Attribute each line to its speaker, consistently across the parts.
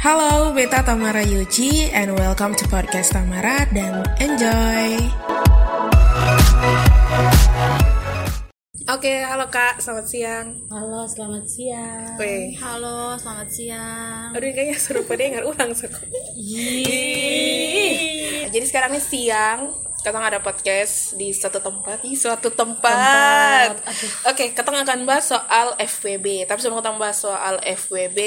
Speaker 1: Halo, beta Tamara Yuji and welcome to podcast Tamara dan enjoy. Oke, halo Kak, selamat siang.
Speaker 2: Halo, selamat siang.
Speaker 1: Weh.
Speaker 2: Halo, selamat siang.
Speaker 1: Aduh, ini kayaknya seru pada dengar ulang suku. Jadi sekarang ini siang, kita ada podcast di suatu tempat, di suatu tempat.
Speaker 2: Tempat, aduh.
Speaker 1: Oke, kita akan bahas soal FWB. Tapi sebelum kita bahas soal FWB,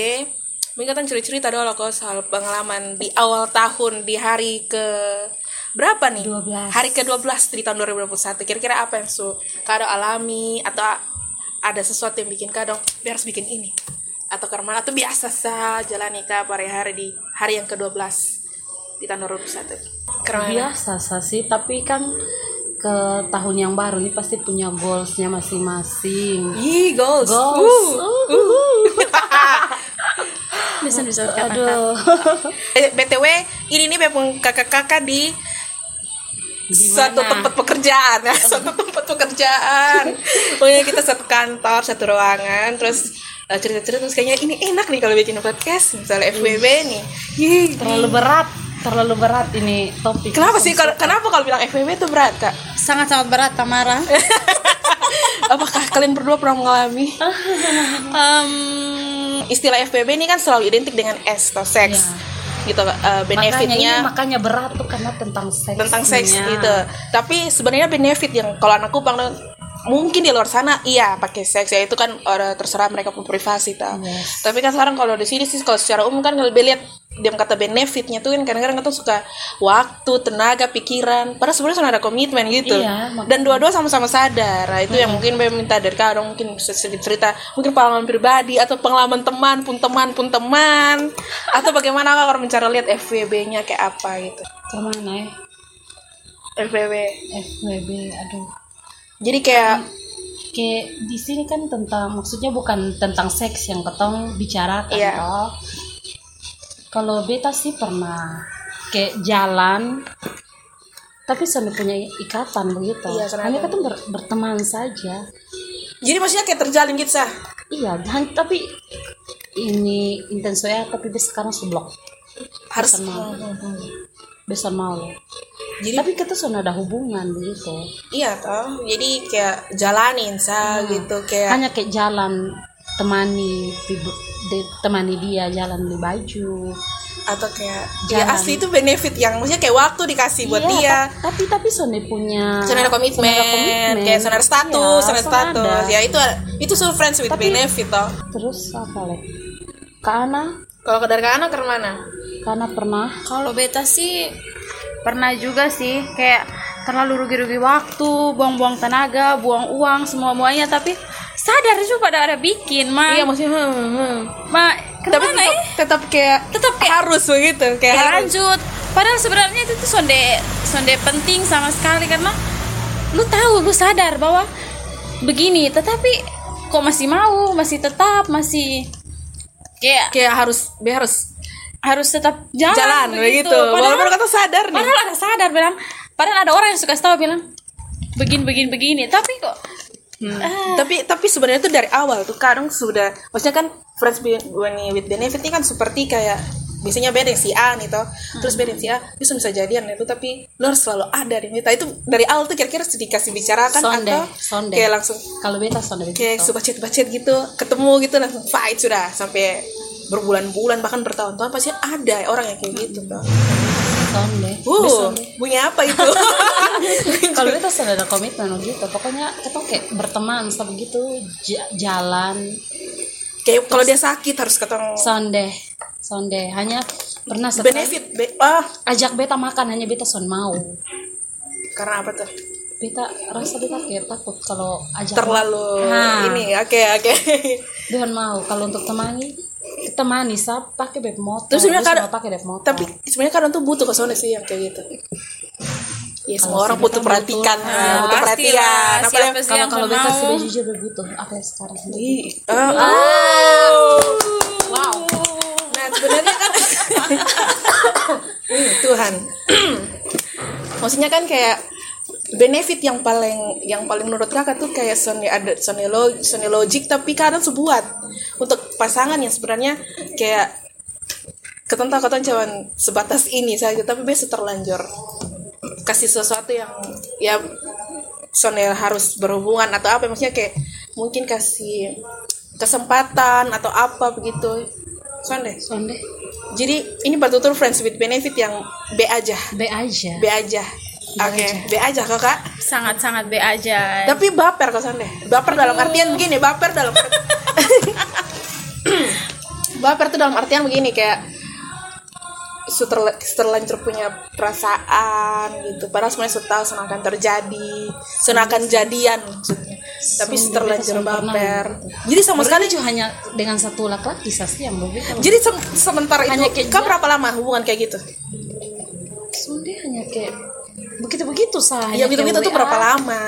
Speaker 1: mungkin kita cerita-cerita dulu kok soal pengalaman di awal tahun di hari ke berapa nih?
Speaker 2: 12.
Speaker 1: Hari ke-12 di tahun 2021. Kira-kira apa yang su kado alami atau a- ada sesuatu yang bikin kadang biar harus bikin ini atau karena atau biasa sah jalan nikah pada hari di hari yang ke-12 di tahun 2021. Karena
Speaker 2: Biasa sah sih, tapi kan ke tahun yang baru ini pasti punya goalsnya masing-masing.
Speaker 1: Ih, goals.
Speaker 2: Goals.
Speaker 1: Uh.
Speaker 2: Uhuh.
Speaker 3: bisa bisa
Speaker 2: Aduh.
Speaker 1: Eh, BTW, ini nih memang kakak-kakak di satu tempat pekerjaan ya, satu tempat pekerjaan. Pokoknya kita satu kantor, satu ruangan, terus eh, cerita-cerita terus kayaknya ini enak nih kalau bikin podcast misalnya FWB nih. Ih,
Speaker 2: Terlalu berat, terlalu berat ini topik.
Speaker 1: Kenapa sih kalau kenapa kalau bilang FWB itu berat, Kak?
Speaker 3: sangat sangat berat Tamara
Speaker 1: Apakah kalian berdua pernah mengalami?
Speaker 3: Em,
Speaker 1: Istilah FWB ini kan selalu identik dengan S atau seks. Gitu eh,
Speaker 2: Makanya ini
Speaker 1: benefitnya
Speaker 2: makanya berat tuh karena tentang seks.
Speaker 1: tentang seks
Speaker 2: Iya.
Speaker 1: gitu. Tapi sebenarnya benefit yang kalau anak Kupang tuh, mungkin di luar sana iya pakai seks ya itu kan orang terserah mereka pun privasi ta.
Speaker 2: Yes.
Speaker 1: Tapi kan sekarang kalau di sini sih kalau secara umum kan lebih lihat dia kata benefitnya tuh kan kadang-kadang kita suka waktu, tenaga, pikiran. Padahal sebenarnya sudah ada komitmen gitu.
Speaker 2: Iya, makanya. Iya.
Speaker 1: Dan dua-dua sama-sama sadar. Nah, itu yang mungkin Bem minta dari Kak Adong, mungkin bisa sedikit cerita mungkin pengalaman pribadi atau pengalaman teman pun teman pun teman atau bagaimana Kak orang mencari lihat FWB-nya kayak apa gitu.
Speaker 2: Kemana ya?
Speaker 1: FWB
Speaker 2: FWB, aduh.
Speaker 1: Jadi kayak
Speaker 2: Kayak di sini kan tentang maksudnya bukan tentang seks yang ketong bicarakan
Speaker 1: Iya.
Speaker 2: toh. Kalau beta sih pernah kayak jalan tapi sampai punya ikatan begitu.
Speaker 1: Iya, karena
Speaker 2: Kami
Speaker 1: ada-
Speaker 2: kan ber- berteman saja.
Speaker 1: jadi maksudnya kayak terjalin gitu sah.
Speaker 2: Iya, dan tapi ini intens ya, tapi dia sekarang seblok.
Speaker 1: Harus
Speaker 2: Kenal.
Speaker 1: Hmm, hmm.
Speaker 2: Besar mau ya.
Speaker 1: Jadi
Speaker 2: Tapi kita sudah ada hubungan begitu.
Speaker 1: iya toh. Jadi kayak jalanin sah gitu kayak
Speaker 2: hanya kayak jalan temani di- di- temani dia jalan di baju
Speaker 1: atau kayak ya
Speaker 2: Jalan.
Speaker 1: asli itu benefit yang maksudnya kayak waktu dikasih buat
Speaker 2: Iya,
Speaker 1: dia.
Speaker 2: ta- tapi tapi Sony punya
Speaker 1: Sonara komitmen, kayak sonara status,
Speaker 2: Iya,
Speaker 1: sonara
Speaker 2: Sony
Speaker 1: status.
Speaker 2: ada.
Speaker 1: Ya itu itu so friends with
Speaker 2: Tapi-
Speaker 1: benefit toh.
Speaker 2: terus apa leh karena
Speaker 1: Kalau ke dari kanan ke mana?
Speaker 2: karena pernah
Speaker 3: kalau beta sih pernah juga sih kayak terlalu rugi-rugi waktu buang-buang tenaga buang uang semua muanya tapi sadar juga pada ada bikin
Speaker 2: ah.
Speaker 3: ma
Speaker 1: Iya maksudnya. hmm, hmm.
Speaker 3: ma
Speaker 1: Tapi
Speaker 3: kenapa
Speaker 2: eh?
Speaker 1: tetap,
Speaker 3: ya
Speaker 1: tetap kayak
Speaker 3: tetap kayak
Speaker 1: harus begitu kayak
Speaker 3: Kayak
Speaker 1: harus.
Speaker 3: lanjut padahal sebenarnya itu tuh sonde sonde penting sama sekali karena lu tahu lu sadar bahwa begini tetapi kok masih mau masih tetap masih kayak
Speaker 1: Kayak harus dia harus
Speaker 3: harus tetap jalan,
Speaker 1: jalan begitu. Walaupun
Speaker 3: Padahal,
Speaker 1: kata sadar nih.
Speaker 3: padahal ada sadar bilang padahal ada orang yang suka tahu bilang begini begini begini tapi kok
Speaker 1: Hmm. tapi tapi sebenarnya itu dari awal tuh kadang sudah maksudnya kan friends be- when- with benefit ini kan seperti kayak biasanya beda yang si A nih toh terus beda yang si A bisa bisa jadian itu tapi lo harus selalu ada di meta itu dari awal tuh kira-kira sudah dikasih bicarakan
Speaker 2: Sonde,
Speaker 1: atau
Speaker 2: sonde.
Speaker 1: kayak langsung
Speaker 2: kalau beta sonde begitu
Speaker 1: kayak suka bacet gitu ketemu gitu langsung fight sudah sampai berbulan-bulan bahkan bertahun-tahun pasti ada orang yang kayak gitu toh
Speaker 2: sonde
Speaker 1: uh Gitu. punya apa itu
Speaker 2: kalau beta sudah ada komitmen begitu pokoknya kita kayak berteman sama gitu ja- jalan
Speaker 1: kayak kalau dia sakit harus ketemu
Speaker 2: sonde sonde hanya pernah sekali
Speaker 1: benefit be- ah
Speaker 2: ajak beta makan hanya beta son mau
Speaker 1: karena apa tuh
Speaker 2: beta rasa beta kayak takut kalau ajak
Speaker 1: terlalu
Speaker 2: Ha.
Speaker 1: ini oke oke
Speaker 2: Tuhan mau kalau untuk temani temani sap pakai beb motor
Speaker 1: Terus sebenarnya
Speaker 2: Dia
Speaker 1: kadang-
Speaker 2: sama pakai beb motor
Speaker 1: tapi sebenarnya kadang tuh butuh kesana sih yang kayak gitu ya semua orang
Speaker 2: sih,
Speaker 1: butuh
Speaker 2: kan
Speaker 1: perhatikan
Speaker 2: butuh.
Speaker 1: nah, butuh
Speaker 3: pastilah,
Speaker 1: perhatian apalagi
Speaker 3: siapa sih
Speaker 2: kalau
Speaker 3: yang
Speaker 2: kalau beta
Speaker 3: mau.
Speaker 2: sudah jujur beb butuh apa yang sekarang
Speaker 1: Ih, ah,
Speaker 3: Ah.
Speaker 1: oh.
Speaker 2: wow
Speaker 1: nah sebenarnya kan Hmm, Tuhan maksudnya kan kayak benefit yang paling yang paling menurut kakak tuh kayak seni ada seni lo- seni logik tapi kadang sebuat untuk pasangan yang sebenarnya kayak ketakutan cuman sebatas ini saja tapi biasa terlanjur kasih sesuatu yang ya sonel harus berhubungan atau apa maksudnya kayak mungkin kasih kesempatan atau apa begitu sonde
Speaker 2: sonde
Speaker 1: jadi ini bertutur friends with benefit yang B aja
Speaker 2: B aja
Speaker 1: B aja oke B aja kakak
Speaker 3: sangat-sangat be aja
Speaker 1: tapi baper kok Sonde baper dalam artian begini baper dalam arti- baper tuh dalam artian begini kayak su terla- terlanjur punya perasaan gitu padahal sebenarnya su tahu sun akan terjadi sun akan jadian maksudnya tapi su terlanjur baper jadi sama sekali
Speaker 2: sekali juga hanya dengan satu laki-laki sasti yang bobi kalau
Speaker 1: jadi se- sementara itu
Speaker 2: Hanya kayak
Speaker 1: kan
Speaker 2: dia-
Speaker 1: berapa lama hubungan kayak gitu
Speaker 2: sonde hanya kayak begitu begitu sah
Speaker 1: ya
Speaker 2: hanya
Speaker 1: gitu gitu
Speaker 2: kayak
Speaker 1: tuh
Speaker 2: WA.
Speaker 1: berapa lama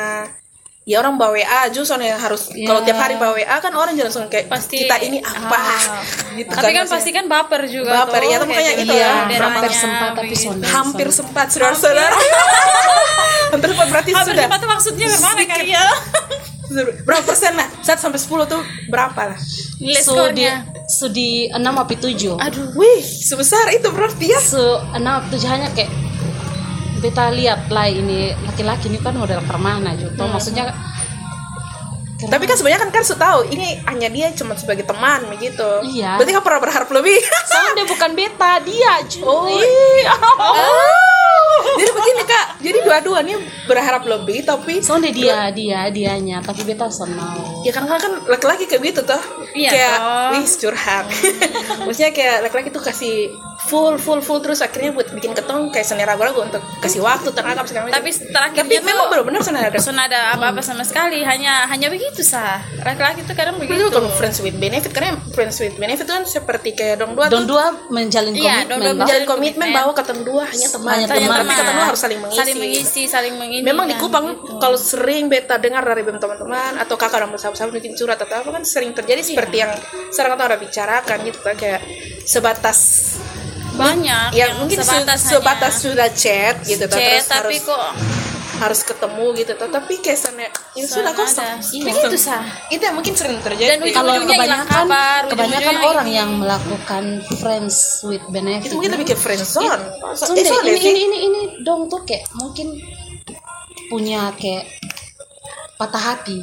Speaker 1: ya orang bawa WA aja soalnya harus
Speaker 2: Ya.
Speaker 1: kalau tiap hari bawa WA kan orang jangan langsung kayak
Speaker 3: Iya. Pasti-
Speaker 1: kita ini apa
Speaker 3: Ah.
Speaker 1: gitu
Speaker 3: tapi kan
Speaker 1: maksudnya.
Speaker 3: pasti kan baper juga
Speaker 1: Baper,
Speaker 3: tuh,
Speaker 1: iya, tuh makanya
Speaker 3: kayak
Speaker 1: gitu
Speaker 3: dia
Speaker 1: ya,
Speaker 3: daerahnya, gitu.
Speaker 2: hampir sempat tapi
Speaker 3: begitu.
Speaker 2: sonde
Speaker 1: hampir sempat saudara-saudara hampir sempat berarti
Speaker 3: hampir
Speaker 1: sudah
Speaker 3: sempat tuh maksudnya bagaimana kali ya
Speaker 1: berapa persen lah 1 sampai 10 tuh berapa lah
Speaker 3: nilai
Speaker 2: Su di,
Speaker 3: skornya
Speaker 2: su di 6 api 7
Speaker 1: aduh wih sebesar itu berarti ya
Speaker 2: Su 6 api 7 hanya kayak beta lihat lah ini laki-laki ini kan model permana gitu
Speaker 3: Hmm.
Speaker 2: maksudnya keren.
Speaker 1: tapi kan sebenarnya kan kan su tahu ini hanya dia cuma sebagai teman begitu
Speaker 2: Iya.
Speaker 1: berarti kan pernah berharap lebih
Speaker 2: sonde bukan beta dia cuy
Speaker 1: Oh, jadi begini kak jadi dua-duanya berharap lebih tapi
Speaker 2: sonde dia dia dianya tapi beta senang
Speaker 1: ya karena kan laki-laki kayak gitu toh
Speaker 3: Iya,
Speaker 1: kayak
Speaker 3: toh.
Speaker 1: wih curhat maksudnya kayak laki-laki tuh kasih full full full terus akhirnya buat bikin ketong kayak seni ragu-ragu untuk kasih waktu terhadap segala macam.
Speaker 3: Tapi gitu- terakhir
Speaker 1: tapi
Speaker 3: dia tuh-
Speaker 1: memang benar-benar seni ragu
Speaker 3: Sun ada apa-apa sama sekali hanya hanya begitu sah laki-laki tuh kadang
Speaker 1: itu
Speaker 3: begitu
Speaker 1: bukan friends with benefit karena friends with benefit kan seperti kayak dong dua
Speaker 2: Don
Speaker 1: tuh
Speaker 2: dua menjalin
Speaker 3: Iya,
Speaker 2: komitmen.
Speaker 3: dong dua
Speaker 2: Bang.
Speaker 1: menjalin komitmen bahwa ketong dua hanya teman
Speaker 2: Hanya
Speaker 3: Tanya
Speaker 2: teman.
Speaker 1: tapi ketong dua harus saling mengisi
Speaker 3: saling mengisi saling mengini
Speaker 1: Memang di
Speaker 3: kan.
Speaker 1: Kupang kalau sering beta dengar dari BEM teman-teman atau kakak dan bersama-sama bikin curhat atau apa kan sering terjadi seperti yang sekarang orang bicarakan gitu kan kayak sebatas
Speaker 3: banyak
Speaker 1: ya mungkin se-
Speaker 3: sebatas
Speaker 1: sebatas,
Speaker 3: hanya
Speaker 1: sudah chat gitu toh, terus
Speaker 3: chat, tapi
Speaker 1: harus
Speaker 3: kok
Speaker 1: harus ketemu gitu toh. tapi kayak sana ya sudah
Speaker 3: sana
Speaker 1: kosong
Speaker 3: ada.
Speaker 1: Iya.
Speaker 3: begitu sah
Speaker 1: itu yang mungkin sering terjadi
Speaker 3: dan
Speaker 2: Kalau
Speaker 3: ujung-ujungnya hilang
Speaker 2: kebanyakan
Speaker 3: kabar
Speaker 2: kebanyakan
Speaker 3: ujung-ujungnya gitu.
Speaker 2: orang yang melakukan friends with benefit.
Speaker 1: itu mungkin lebih ke friendzone So-
Speaker 2: Iya. Sunde,
Speaker 1: eh, soalnya
Speaker 2: ini,
Speaker 1: sih.
Speaker 2: ini ini ini dong tuh kayak mungkin punya kayak patah hati.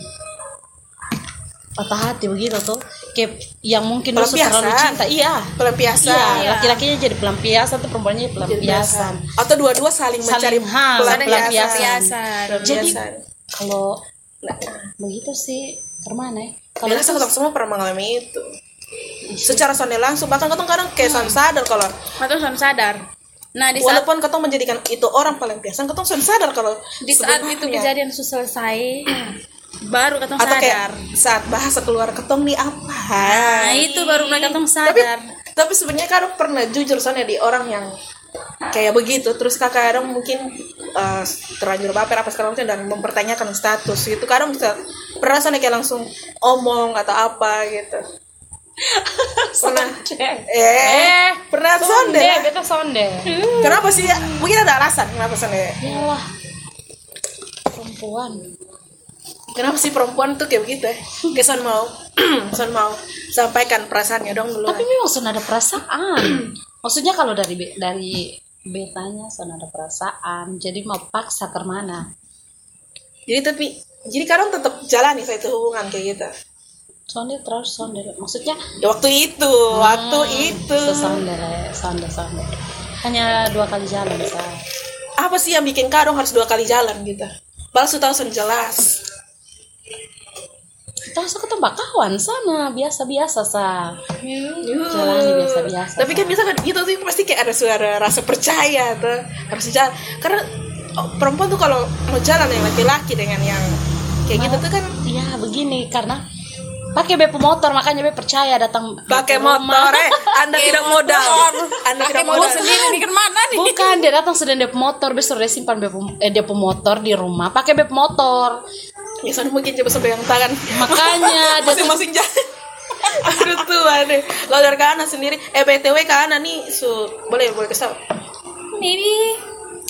Speaker 2: Patah hati begitu tuh. Kayak yang mungkin lu
Speaker 1: Pelampiasan.
Speaker 2: terlalu cinta. Iya.
Speaker 1: pelampiasan
Speaker 2: Iya, laki-lakinya jadi pelampiasan, tuh perempuannya jadi
Speaker 1: Jadi
Speaker 2: pelampiasan.
Speaker 1: biasa. atau dua-dua saling, mencari
Speaker 2: Saling hal,
Speaker 1: pelampiasan
Speaker 3: pelampiasan.
Speaker 2: Jadi
Speaker 1: Pelampiasan.
Speaker 2: kalau
Speaker 1: Nah,
Speaker 2: begitu sih, kemana ya?
Speaker 1: Kalau
Speaker 2: Kalau
Speaker 1: rasa ketemu semua pernah mengalami itu. Secara sonde langsung bahkan ketong kadang kayak sun sadar kalau
Speaker 3: atau sun sadar nah Hmm. di saat
Speaker 1: walaupun ketong menjadikan itu orang paling biasa, ketong sun sadar kalau
Speaker 3: di saat
Speaker 1: sebenarnya.
Speaker 3: itu kejadian sudah selesai baru ketemu
Speaker 1: atau
Speaker 3: sadar
Speaker 1: kayak saat bahasa keluar ketong nih apa?
Speaker 3: nah itu baru mereka ketemu
Speaker 1: tapi
Speaker 3: sadar
Speaker 1: tapi sebenarnya kadang pernah jujur soalnya di orang yang kayak begitu terus kakak kadang mungkin eh, terlanjur baper apa segala macam dan mempertanyakan status gitu kadang bisa pernah soalnya kayak langsung omong atau apa gitu pernah eh
Speaker 2: eh
Speaker 1: pernah sonde
Speaker 2: sonde, beta sonde.
Speaker 1: kenapa sih ya? mungkin ada alasan kenapa ya. sonde
Speaker 2: Yalah. Perempuan.
Speaker 1: kenapa sih perempuan tuh kayak begitu ya kayak son mau son mau sampaikan perasaannya dong dulu
Speaker 2: Tapi memang sudah ada perasaan. Maksudnya kalau dari be- dari betanya sudah ada perasaan. Jadi mau paksa ke mana?
Speaker 1: jadi tapi jadi kadang tetap jalani satu hubungan kayak gitu
Speaker 2: Sonde terus sonde. Maksudnya
Speaker 1: Ya, waktu itu waktu itu
Speaker 2: ke sonde, sonde, sonde. Hanya dua kali jalan saya.
Speaker 1: apa sih yang bikin kadang harus dua kali jalan gitu Balas tahu son jelas
Speaker 2: Kita suka ketemu kawan sana biasa-biasa sa.
Speaker 1: jalan
Speaker 2: Jalani biasa-biasa.
Speaker 1: Iya. tapi kan bisa kan gitu tuh pasti kayak ada suara rasa percaya tuh harus jalan karena oh, perempuan tuh kalau mau jalan yang laki-laki dengan yang kayak gitu tuh kan
Speaker 2: Iya begini karena pakai bep motor makanya bep percaya datang
Speaker 1: pakai
Speaker 2: bep rumah.
Speaker 1: motor eh anda tidak modal anda
Speaker 3: pakai
Speaker 1: tidak
Speaker 3: modal
Speaker 1: modal
Speaker 3: sendiri nih kemana nih
Speaker 2: Bukan, dia datang sudah dep motor, besok dia simpan bep, eh, dep motor di rumah, pakai bep motor.
Speaker 1: ya sana mungkin coba sampai yang tangan
Speaker 2: Makanya dia
Speaker 1: masing-masing jalan aduh tuan deh kalau dari kanan sendiri eh btw kanan nih su boleh boleh kesel
Speaker 3: ini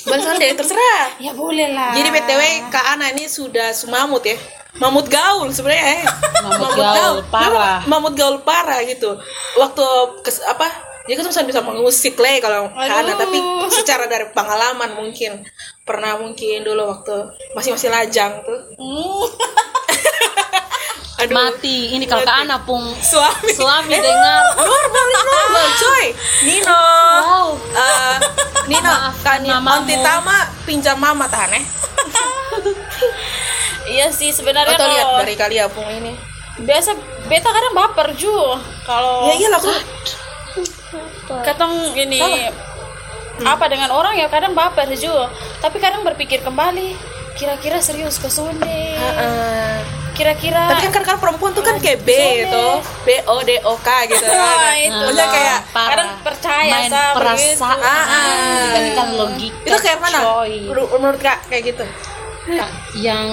Speaker 1: boleh soalnya deh terserah
Speaker 2: Ah.
Speaker 3: ya boleh lah
Speaker 1: jadi btw Kak Ana ini sudah sumamut ya mamut gaul sebenarnya eh.
Speaker 2: Mamut gaul parah.
Speaker 1: Memang mamut gaul parah gitu waktu kes, apa dia kan sambil sama musik lah kalau ada tapi secara dari pengalaman mungkin pernah mungkin dulu waktu masih masih lajang tuh aduh
Speaker 2: Hmm. mati ini kalau ke
Speaker 1: Mati.
Speaker 2: anak pung
Speaker 1: suami
Speaker 2: suami
Speaker 1: Eh,
Speaker 2: dengar
Speaker 1: normal normal coy Nino
Speaker 2: wow
Speaker 1: Eh, Nino
Speaker 2: Maafkan
Speaker 1: tani kan, onti
Speaker 2: mamamu.
Speaker 1: tama pinjam mama tahan eh
Speaker 3: iya sih sebenarnya
Speaker 1: atau
Speaker 3: kalau
Speaker 1: lihat dari kali apung ini
Speaker 3: biasa beta kadang baper ju kalau
Speaker 1: ya iyalah aku
Speaker 3: ketong ini apa dengan orang ya kadang baper ju tapi kadang berpikir kembali kira-kira serius ke sonde
Speaker 1: Heeh.
Speaker 3: kira-kira
Speaker 1: tapi kan kan perempuan tuh kan kayak B
Speaker 3: Sulit.
Speaker 1: itu B O D O K gitu
Speaker 3: Nah,
Speaker 1: kan
Speaker 3: itu.
Speaker 1: maksudnya kayak
Speaker 2: parah.
Speaker 3: kadang percaya,
Speaker 2: main
Speaker 3: Sab,
Speaker 2: perasaan
Speaker 1: begitu. Ah, ah.
Speaker 2: dibandingkan logika
Speaker 1: itu kayak mana
Speaker 2: coy.
Speaker 1: menurut, menurut kak kayak gitu
Speaker 2: yang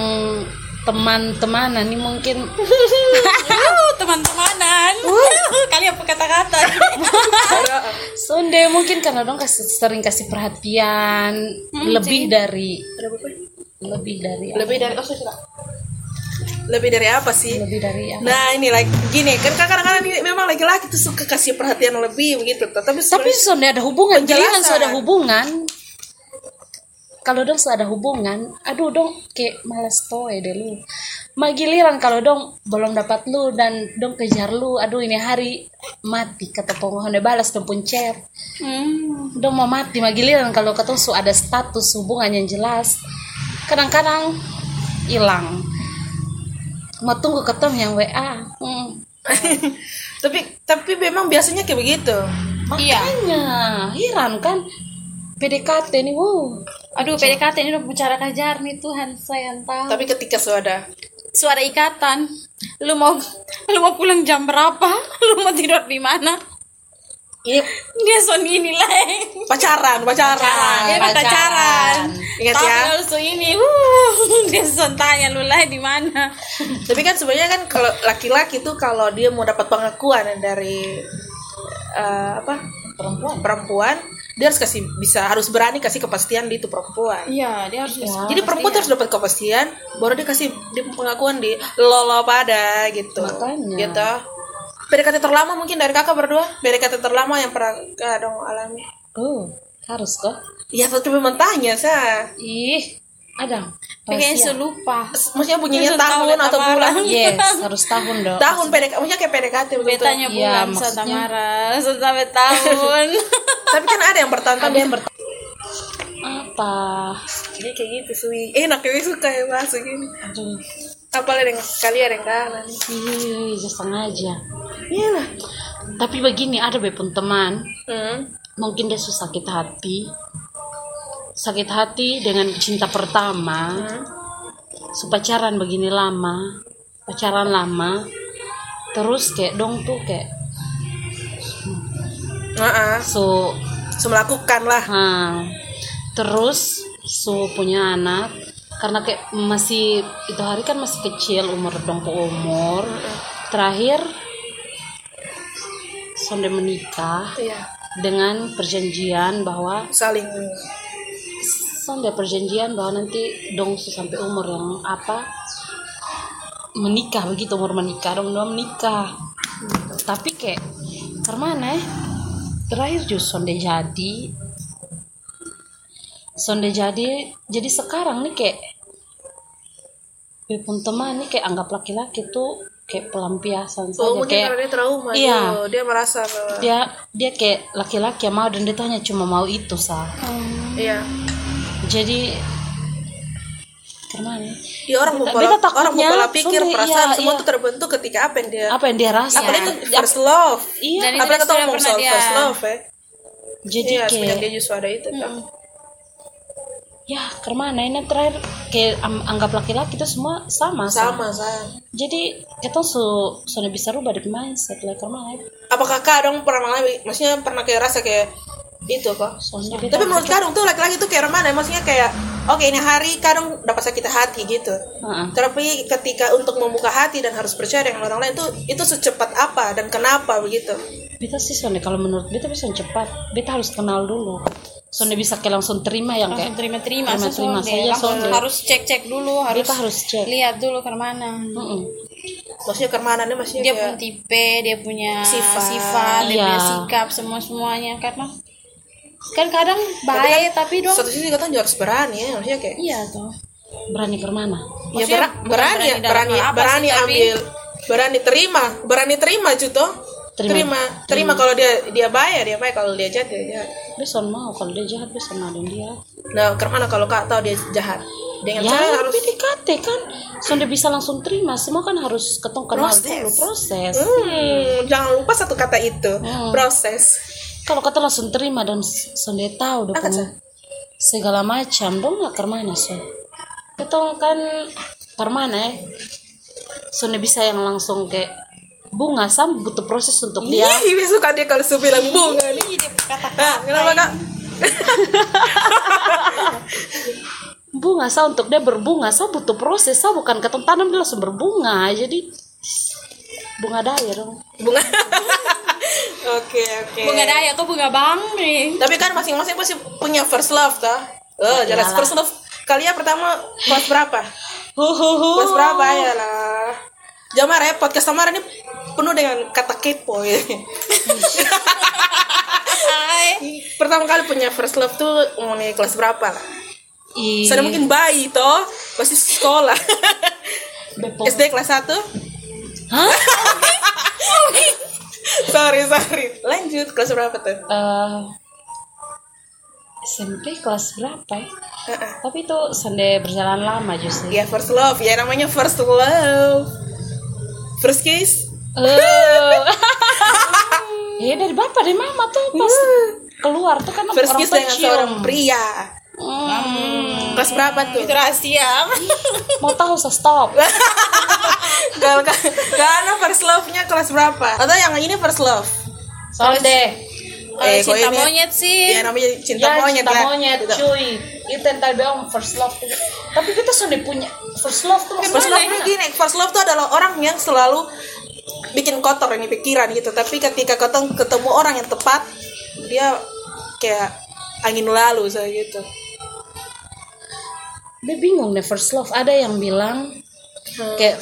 Speaker 2: teman-temanan nih mungkin
Speaker 1: kan
Speaker 3: Uh, teman-temanan
Speaker 1: Uh.
Speaker 3: kalian apa kata-kata
Speaker 2: Sunday mungkin karena dong kasih sering kasih perhatian lebih dari lebih dari
Speaker 1: lebih dari oh, sorry, Kak. lebih dari apa sih
Speaker 2: lebih dari apa?
Speaker 1: Nah ini like gini kan kadang-kadang ini memang laki-laki tuh suka kasih perhatian lebih begitu tapi
Speaker 2: tapi
Speaker 1: sebenarnya-
Speaker 2: sudah ada hubungan
Speaker 1: Penjelasan.
Speaker 2: jangan sudah ada hubungan kalau dong sudah ada hubungan aduh dong kayak malas toe deh lu magiliran kalau dong belum dapat lu dan dong kejar lu aduh ini hari mati kata pengohon dia balas dong puncer
Speaker 3: hmm.
Speaker 2: dong mau mati magiliran kalau ketemu su ada status hubungan yang jelas kadang-kadang hilang mau tunggu ketemu yang WA Hmm.
Speaker 1: tapi tapi memang biasanya kayak begitu
Speaker 3: Iya.
Speaker 2: makanya heran kan PDKT nih wow
Speaker 3: aduh PDKT ini udah bicara kajar nih Tuhan saya yang tahu
Speaker 1: tapi ketika sudah
Speaker 3: suara ikatan lu mau lu mau pulang jam berapa lu mau tidur di mana Iya.
Speaker 1: ini
Speaker 3: dia son ini lain
Speaker 1: pacaran pacaran
Speaker 3: dia
Speaker 2: pacaran.
Speaker 3: pacaran
Speaker 1: Ingat
Speaker 3: tapi
Speaker 1: ya.
Speaker 3: lu so ini uh, dia son tanya lu lain di mana
Speaker 1: tapi kan sebenarnya kan kalau laki-laki tuh kalau dia mau dapat pengakuan dari eh, apa
Speaker 2: perempuan
Speaker 1: perempuan dia harus kasih bisa harus berani kasih kepastian di itu perempuan
Speaker 3: iya dia harus
Speaker 1: jadi perempuan tuh harus dapat kepastian baru dia kasih di pengakuan di lolo pada gitu
Speaker 2: Makanya.
Speaker 1: gitu PDKT terlama mungkin dari kakak berdua PDKT terlama yang pernah kakak dong alami
Speaker 2: oh harus kok
Speaker 1: ya tapi memang tanya saya
Speaker 2: ih ada
Speaker 3: pengen
Speaker 2: rahasia.
Speaker 3: lupa
Speaker 1: maksudnya bunyinya
Speaker 3: Itu
Speaker 1: tahun
Speaker 3: tahun
Speaker 1: atau
Speaker 3: atau
Speaker 1: bulan
Speaker 2: yes harus tahun dong
Speaker 1: tahun PDKT maksudnya kayak PDKT begitu
Speaker 3: betanya
Speaker 2: Iya,
Speaker 3: bulan
Speaker 2: maksudnya-
Speaker 3: Santa Mara sampai tahun
Speaker 1: tapi kan ada yang bertahun ada yang bertahun
Speaker 2: apa
Speaker 1: jadi kayak gitu sui enak ini suka ya bahas gini
Speaker 2: aduh
Speaker 1: apalagi dengan kalian yang kanan
Speaker 2: ih ya sengaja
Speaker 1: iya lah
Speaker 2: tapi begini ada bepun teman
Speaker 1: hmm.
Speaker 2: mungkin dia susah sakit hati sakit hati dengan cinta pertama
Speaker 1: Hmm.
Speaker 2: su pacaran begini lama pacaran lama terus kayak dong tuh kayak
Speaker 1: Heeh.
Speaker 2: so
Speaker 1: So, melakukan lah
Speaker 2: ha, terus su punya anak karena kayak masih itu hari kan masih kecil umur dong po umur terakhir sonde menikah
Speaker 1: iya
Speaker 2: dengan perjanjian bahwa
Speaker 1: saling
Speaker 2: Son ada perjanjian bahwa nanti dong su- sampai umur yang apa menikah begitu umur menikah dong dong menikah tapi kayak kemana eh terakhir justru sonde jadi sonde jadi jadi sekarang nih kayak gue pun teman nih kayak anggap laki-laki tuh kayak
Speaker 1: oh
Speaker 2: pelampiasan saja
Speaker 1: mungkin
Speaker 2: kayak
Speaker 1: karena dia trauma
Speaker 2: Iya.
Speaker 1: tuh. dia merasa bahwa
Speaker 2: dia dia kayak laki-laki yang mau dan dia tuh hanya cuma mau itu sah
Speaker 1: iya
Speaker 2: jadi kemana ya?
Speaker 1: dia Ya, orang
Speaker 2: Beta-
Speaker 1: mempola,
Speaker 2: beta takutnya,
Speaker 1: orang mempola pikir
Speaker 2: sumpah,
Speaker 1: perasaan
Speaker 2: iya,
Speaker 1: semua
Speaker 2: iya.
Speaker 1: tuh terbentuk ketika apa yang dia
Speaker 2: apa yang dia rasa
Speaker 1: apalagi itu first love
Speaker 2: iya
Speaker 3: Dan itu
Speaker 1: apalagi kita
Speaker 3: sudah
Speaker 1: ngomong
Speaker 3: pernah
Speaker 1: soal
Speaker 3: dia-
Speaker 1: first love ya
Speaker 2: jadi
Speaker 1: iya semenjak
Speaker 2: kayak
Speaker 1: dia justru ada itu kan
Speaker 2: ya kemana ini terakhir kayak am- anggap laki-laki itu semua sama
Speaker 1: sama sama
Speaker 2: jadi kita su sudah bisa rubah dari mindset lah kemana
Speaker 1: apa kakak dong pernah mengalami maksudnya pernah kayak rasa kayak itu kok
Speaker 2: soalnya
Speaker 3: Iya,
Speaker 2: kita
Speaker 1: tapi menurut kadung tuh laki-laki tuh kayak mana maksudnya kayak oke ini hari kadung dapat sakit hati gitu
Speaker 2: Heeh.
Speaker 1: tapi ketika untuk membuka hati dan harus percaya dengan orang lain itu itu secepat apa dan kenapa begitu
Speaker 2: beta sih sonde kalau menurut beta bisa cepat beta harus kenal dulu sonde bisa kayak langsung terima yang
Speaker 3: langsung
Speaker 2: kayak
Speaker 3: terima-terima
Speaker 2: terima-
Speaker 3: langsung
Speaker 2: terima
Speaker 3: deh. Iya,
Speaker 2: saja
Speaker 3: Langsung
Speaker 2: sonde.
Speaker 3: harus cek-cek dulu harus
Speaker 2: Kita harus cek.
Speaker 3: lihat dulu ke mana
Speaker 2: Mm-mm.
Speaker 1: maksudnya kemana nih maksudnya
Speaker 3: dia punya
Speaker 1: kayak-
Speaker 3: tipe dia punya
Speaker 1: Sifat.
Speaker 3: sifat, dia
Speaker 2: Iya.
Speaker 3: punya sikap semua semuanya karena kan kadang baik tapi, dong
Speaker 1: kan satu sisi katanya juga harus berani ya maksudnya kayak
Speaker 3: iya tuh
Speaker 2: berani ke mana
Speaker 1: ya
Speaker 3: Maksudnya
Speaker 1: bera- berani
Speaker 3: bukan berani dalam
Speaker 1: berani berani,
Speaker 3: hal apa sih, tapi-
Speaker 1: ambil berani terima berani terima Juto
Speaker 2: Terima.
Speaker 1: terima terima,
Speaker 3: Hmm.
Speaker 1: kalau dia dia bayar dia bayar kalau dia jahat dia jahat
Speaker 2: beson mau kalau dia jahat beson ada dia
Speaker 1: nah kemana kalau kak tahu dia jahat dengan
Speaker 2: ya
Speaker 1: cara harus
Speaker 2: PDKT kan sonde bisa langsung terima semua kan harus ketong kenal
Speaker 1: Proses.
Speaker 2: dulu proses
Speaker 1: Hmm, jangan lupa satu kata itu proses
Speaker 2: kalau kata langsung terima dan s- sonde tahu dong
Speaker 1: Apa, Sa?
Speaker 2: segala macam dong nggak kermana so ketong kan kermana ya sonde bisa yang langsung kayak bunga sam butuh proses untuk
Speaker 1: Iya,
Speaker 2: dia
Speaker 1: Ibi suka dia kalau suka bilang bunga nih. Ah, kenapa kak?
Speaker 2: bunga sa untuk dia berbunga sa butuh proses sa bukan ketong tanam dia langsung berbunga jadi bunga daya dong
Speaker 1: Bunga. Oke, oke.
Speaker 3: bunga daya kok bunga bang nih
Speaker 1: Tapi kan masing-masing pasti punya first love tah. Eh, jelas
Speaker 2: Iyalah.
Speaker 1: first love. Kalian pertama kelas berapa?
Speaker 2: Oh.
Speaker 1: Kelas berapa ya lah. Jama repot, podcast Samara ini penuh dengan kata kepo ya. Pertama kali punya first love tuh umurnya kelas berapa lah?
Speaker 2: Ih,
Speaker 1: Sudah mungkin bayi toh, pasti sekolah.
Speaker 2: Bepom.
Speaker 1: SD kelas 1.
Speaker 2: Hah?
Speaker 1: sorry, sorry. Lanjut kelas berapa tuh?
Speaker 2: Eh, SMP kelas berapa ya?
Speaker 1: Heeh.
Speaker 2: Tapi itu sonde berjalan lama justru.
Speaker 1: Ya first love, ya namanya first love. First kiss.
Speaker 2: Eh. ya dari bapak dari mama tuh pas keluar tuh kan
Speaker 1: Iya. First
Speaker 2: orang Hmm.
Speaker 1: kiss
Speaker 2: tuh
Speaker 1: dengan
Speaker 2: cium.
Speaker 1: seorang pria. Kelas berapa tuh?
Speaker 3: rahasia
Speaker 2: Mau tahu saya stop.
Speaker 1: Kalau karena first love-nya kelas berapa? Atau yang ini first love?
Speaker 2: Sonde.
Speaker 3: kalau
Speaker 1: Eh, kok
Speaker 3: cinta
Speaker 1: ini-
Speaker 3: monyet sih
Speaker 1: Ya namanya cinta
Speaker 2: ya,
Speaker 1: monyet.
Speaker 2: cinta
Speaker 1: lah.
Speaker 2: monyet,
Speaker 1: Gitu.
Speaker 2: cuy. Itu yang tadi bilang first love. tuh. Tapi kita sonde punya first love tuh
Speaker 1: First gitu.
Speaker 2: maksudnya
Speaker 1: love tuh gini, first love tuh adalah orang yang selalu bikin kotor ini pikiran gitu. Tapi ketika ketemu ketemu orang yang tepat, dia kayak angin lalu saya gitu.
Speaker 2: Gue bingung deh first love. Ada yang bilang
Speaker 1: Hmm.
Speaker 2: kayak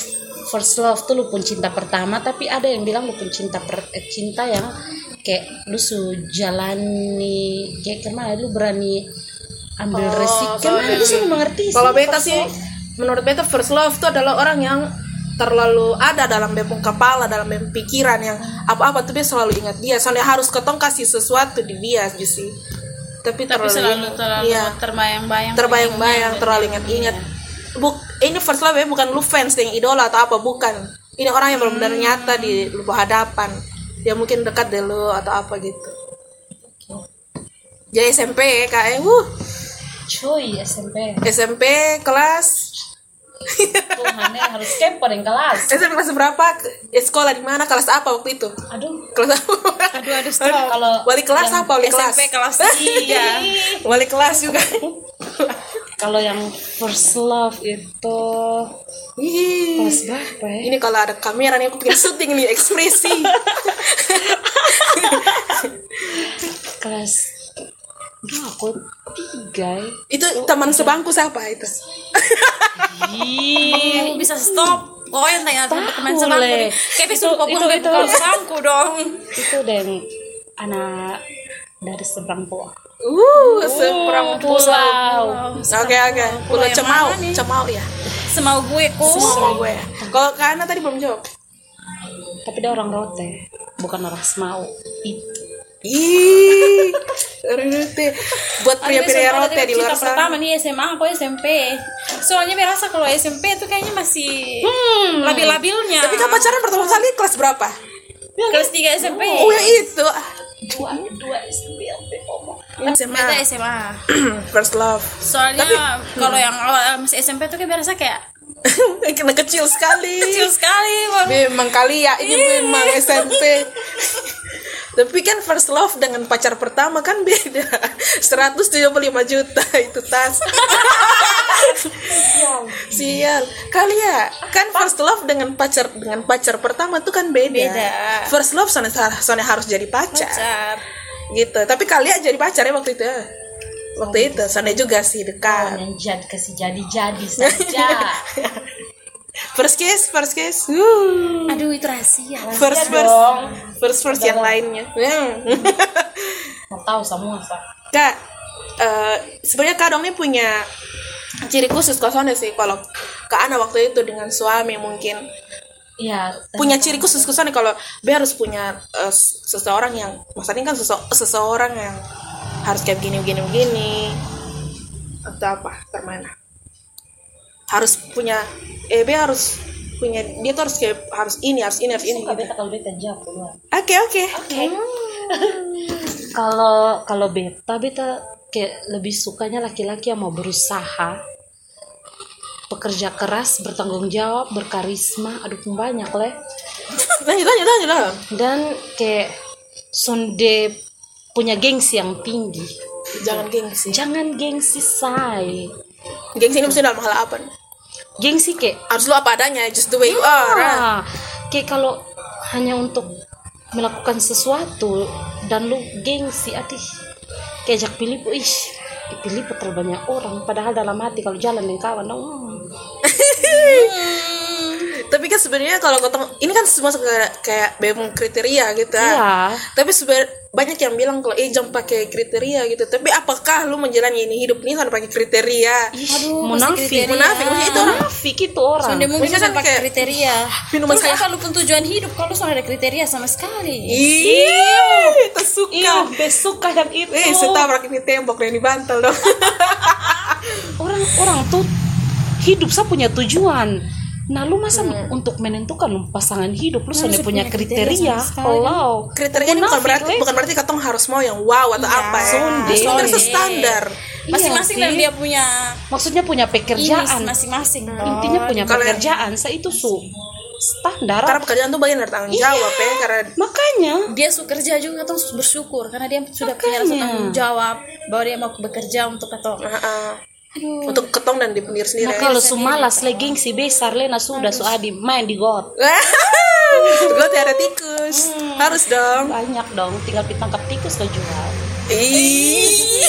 Speaker 2: first love tuh lu pun cinta pertama, tapi ada yang bilang lu pun cinta per, eh, cinta yang kayak lu su jalani kayak kemana lu berani ambil resiko. Kemana lu kan? sih mengerti sih.
Speaker 1: Oh, Kalau beta
Speaker 2: first
Speaker 1: sih,
Speaker 2: love.
Speaker 1: menurut beta first love itu adalah orang yang terlalu ada dalam bempung kepala, dalam bempung pikiran yang apa-apa tuh dia selalu ingat dia. Soalnya harus ketong kasih sesuatu di dia gitu sih. Tapi,
Speaker 3: tapi
Speaker 1: terlalu,
Speaker 3: selalu terlalu
Speaker 1: iya,
Speaker 3: terbayang-bayang
Speaker 1: terbayang-bayang, terlalu ingat-ingat. Buk, ini first love ya, bukan lu fans dengan idola atau apa, bukan. Ini orang yang benar-benar nyata di lu hadapan. Dia mungkin dekat deh lu atau apa gitu. Jadi SMP kayak, eh, wuh,
Speaker 2: cuy SMP.
Speaker 1: SMP kelas
Speaker 2: Tuhannya harus kepo dengan kelas.
Speaker 1: SMP kelas berapa? Eh, sekolah di mana? Kelas apa waktu itu?
Speaker 2: Aduh,
Speaker 1: Kelas apa?
Speaker 3: aduh aduh stop.
Speaker 2: kalau
Speaker 1: Wali kelas
Speaker 2: yang-
Speaker 1: apa? Wali kelas?
Speaker 3: SMP kelas 3
Speaker 1: Wali kelas juga.
Speaker 2: kalau yang first love itu
Speaker 1: Ih,
Speaker 2: kelas berapa ya?
Speaker 1: Ini kalau ada kamera nih aku bikin syuting nih ekspresi.
Speaker 2: Kelas Duh, aku tiga ya.
Speaker 1: itu teman sebangku siapa itu?
Speaker 2: Iya.
Speaker 3: Ih, bisa stop kok yang tanya sama teman
Speaker 2: Tahu,
Speaker 3: sebangku
Speaker 2: Le.
Speaker 3: nih kayak
Speaker 2: Itu-
Speaker 3: besok kok
Speaker 2: itu- itu.
Speaker 3: bukan sebangku dong
Speaker 2: itu dan anak dari seberang pulau
Speaker 1: Uh, seberang pulau. Oke oke.
Speaker 3: Pulau
Speaker 1: Pulau
Speaker 3: yang
Speaker 1: Cemau,
Speaker 3: mana nih? Oh.
Speaker 1: Cemau ya.
Speaker 3: semau gue ku
Speaker 1: Semua gue. Kalau karena tadi belum jawab.
Speaker 2: tapi dia orang rote bukan orang semau itu
Speaker 1: Ih, rote. Buat
Speaker 3: Aduh,
Speaker 1: pria-pria
Speaker 3: sumpah,
Speaker 1: rote
Speaker 3: tadi
Speaker 1: di luar
Speaker 3: cinta
Speaker 1: sana.
Speaker 3: pertama nih SMA aku SMP soalnya berasa kalau SMP itu kayaknya masih
Speaker 2: Hmm.
Speaker 3: labil-labilnya
Speaker 1: Tapi kan pacaran pertama kali kelas berapa?
Speaker 3: kelas 3 SMP
Speaker 1: Oh ya itu.
Speaker 2: dua dua SMP LP omong
Speaker 3: Beda
Speaker 1: SMA.
Speaker 3: SMA
Speaker 1: First love.
Speaker 3: soalnya kalau yang awal masih SMP tuh kayak berasa kayak
Speaker 1: Kena kecil sekali.
Speaker 3: kecil sekali Bang.
Speaker 1: Memang kali ya ini memang SMP. tapi kan first love dengan pacar pertama kan beda 175 juta itu tas sial kali ya kan first love dengan pacar dengan pacar pertama tuh kan beda,
Speaker 3: Beda.
Speaker 1: first love soalnya, soalnya harus jadi pacar,
Speaker 3: Pacar.
Speaker 1: gitu tapi kali ya jadi pacar ya waktu itu ya. waktu itu soalnya juga sih dekat
Speaker 2: yang jad kasih jadi-jadi saja
Speaker 1: first kiss first kiss Wuh.
Speaker 3: Aduh itu rahasia.
Speaker 1: first first
Speaker 2: Iya dong.
Speaker 1: first first yang lainnya Hmm.
Speaker 2: mau tahu semua pak
Speaker 1: kak eh, sebenarnya kak dong ini punya ciri khusus kalau soalnya sih kalau kak Ana waktu itu dengan suami mungkin
Speaker 2: Iya,
Speaker 1: punya ciri khusus kesannya kalau B harus punya eh, s- seseorang yang maksudnya kan sese- seseorang yang harus kayak begini begini begini atau apa termana harus punya eh B harus punya dia tuh harus kayak harus ini harus ini harus ini
Speaker 2: suka
Speaker 1: gitu.
Speaker 2: beta kalau beta jawab duluan.
Speaker 1: Oke oke.
Speaker 2: kalau kalau beta beta kayak lebih sukanya laki-laki yang mau berusaha pekerja keras bertanggung jawab berkarisma aduh pun banyak leh
Speaker 1: Lanjut lanjut lanjut lanjut.
Speaker 2: dan kayak sonde punya gengsi yang tinggi
Speaker 1: Jangan gengsi.
Speaker 2: jangan gengsi say
Speaker 1: Gengsi ini mesti dalam hal apa? nih?
Speaker 2: gengsi kayak
Speaker 1: Harus lu apa adanya, just Oh, the way you are.
Speaker 2: ah, kayak kalau hanya untuk melakukan sesuatu dan lu gengsi adih kayak jak pilih pu ih pilih terbanyak orang padahal dalam hati kalau jalan dengan kawan oh, dong
Speaker 1: Tapi kan sebenarnya kalau ketemu ini kan semua kayak kayak memang kriteria gitu. ah.
Speaker 2: iya
Speaker 1: Tapi sebenarnya banyak yang bilang kalau eh jangan pakai kriteria gitu. Tapi apakah lu menjalani ini hidup ini tanpa pakai kriteria?
Speaker 2: Ih,
Speaker 3: Aduh,
Speaker 2: munafik
Speaker 3: masih kriteria.
Speaker 1: Munafik maksudnya itu orang
Speaker 2: munafik itu orang
Speaker 3: Sonde mungkin
Speaker 1: Maksudnya
Speaker 3: bisa
Speaker 1: kan
Speaker 3: pakai
Speaker 1: kayak
Speaker 3: kriteria.
Speaker 1: minuman
Speaker 3: Terus
Speaker 1: kayak-
Speaker 3: apa lu pun tujuan hidup kalau soalnya ada kriteria sama
Speaker 1: Iya,
Speaker 3: sekali.
Speaker 1: Ih, tersuka.
Speaker 2: iya besok kadang itu
Speaker 1: Eh, setabrak ini tembok dan ini bantal dong.
Speaker 2: orang orang tuh hidup saya punya tujuan nah lu masa untuk menentukan lu pasangan hidup
Speaker 1: Nah,
Speaker 2: lu sudah punya
Speaker 3: punya kriteria
Speaker 2: kriteria
Speaker 3: sama sekali.
Speaker 2: kalau
Speaker 1: kriteria ini bukan berarti bukan berarti katong harus mau yang wow atau apa ya.
Speaker 2: sonde.
Speaker 1: Harus mau terus standar.
Speaker 3: Masing-masing
Speaker 2: Iya
Speaker 3: dan
Speaker 2: sih.
Speaker 3: dia punya
Speaker 2: maksudnya punya pekerjaan
Speaker 3: ini masing-masing.
Speaker 2: Nah, intinya
Speaker 3: Oh,
Speaker 2: punya
Speaker 1: kalau-
Speaker 2: pekerjaan saya itu su
Speaker 1: Karena
Speaker 2: standar
Speaker 1: pekerjaan tuh bagian dari tanggung
Speaker 2: Iya.
Speaker 1: jawab ya karena
Speaker 2: makanya
Speaker 3: Dia su kerja juga tuh bersyukur karena dia sudah punya rasa
Speaker 2: Makanya.
Speaker 3: tanggung jawab bahwa dia mau bekerja untuk atau
Speaker 1: Ah, ah.
Speaker 3: aduh
Speaker 1: untuk ketong dan diri
Speaker 3: Iya,
Speaker 1: sendiri.
Speaker 2: nah kalau su malas legging si besar lena sudah su adi main di got
Speaker 1: Gue tiada tikus. Harus dong.
Speaker 2: banyak dong tinggal ditangkap tikus lo jual
Speaker 1: Ih.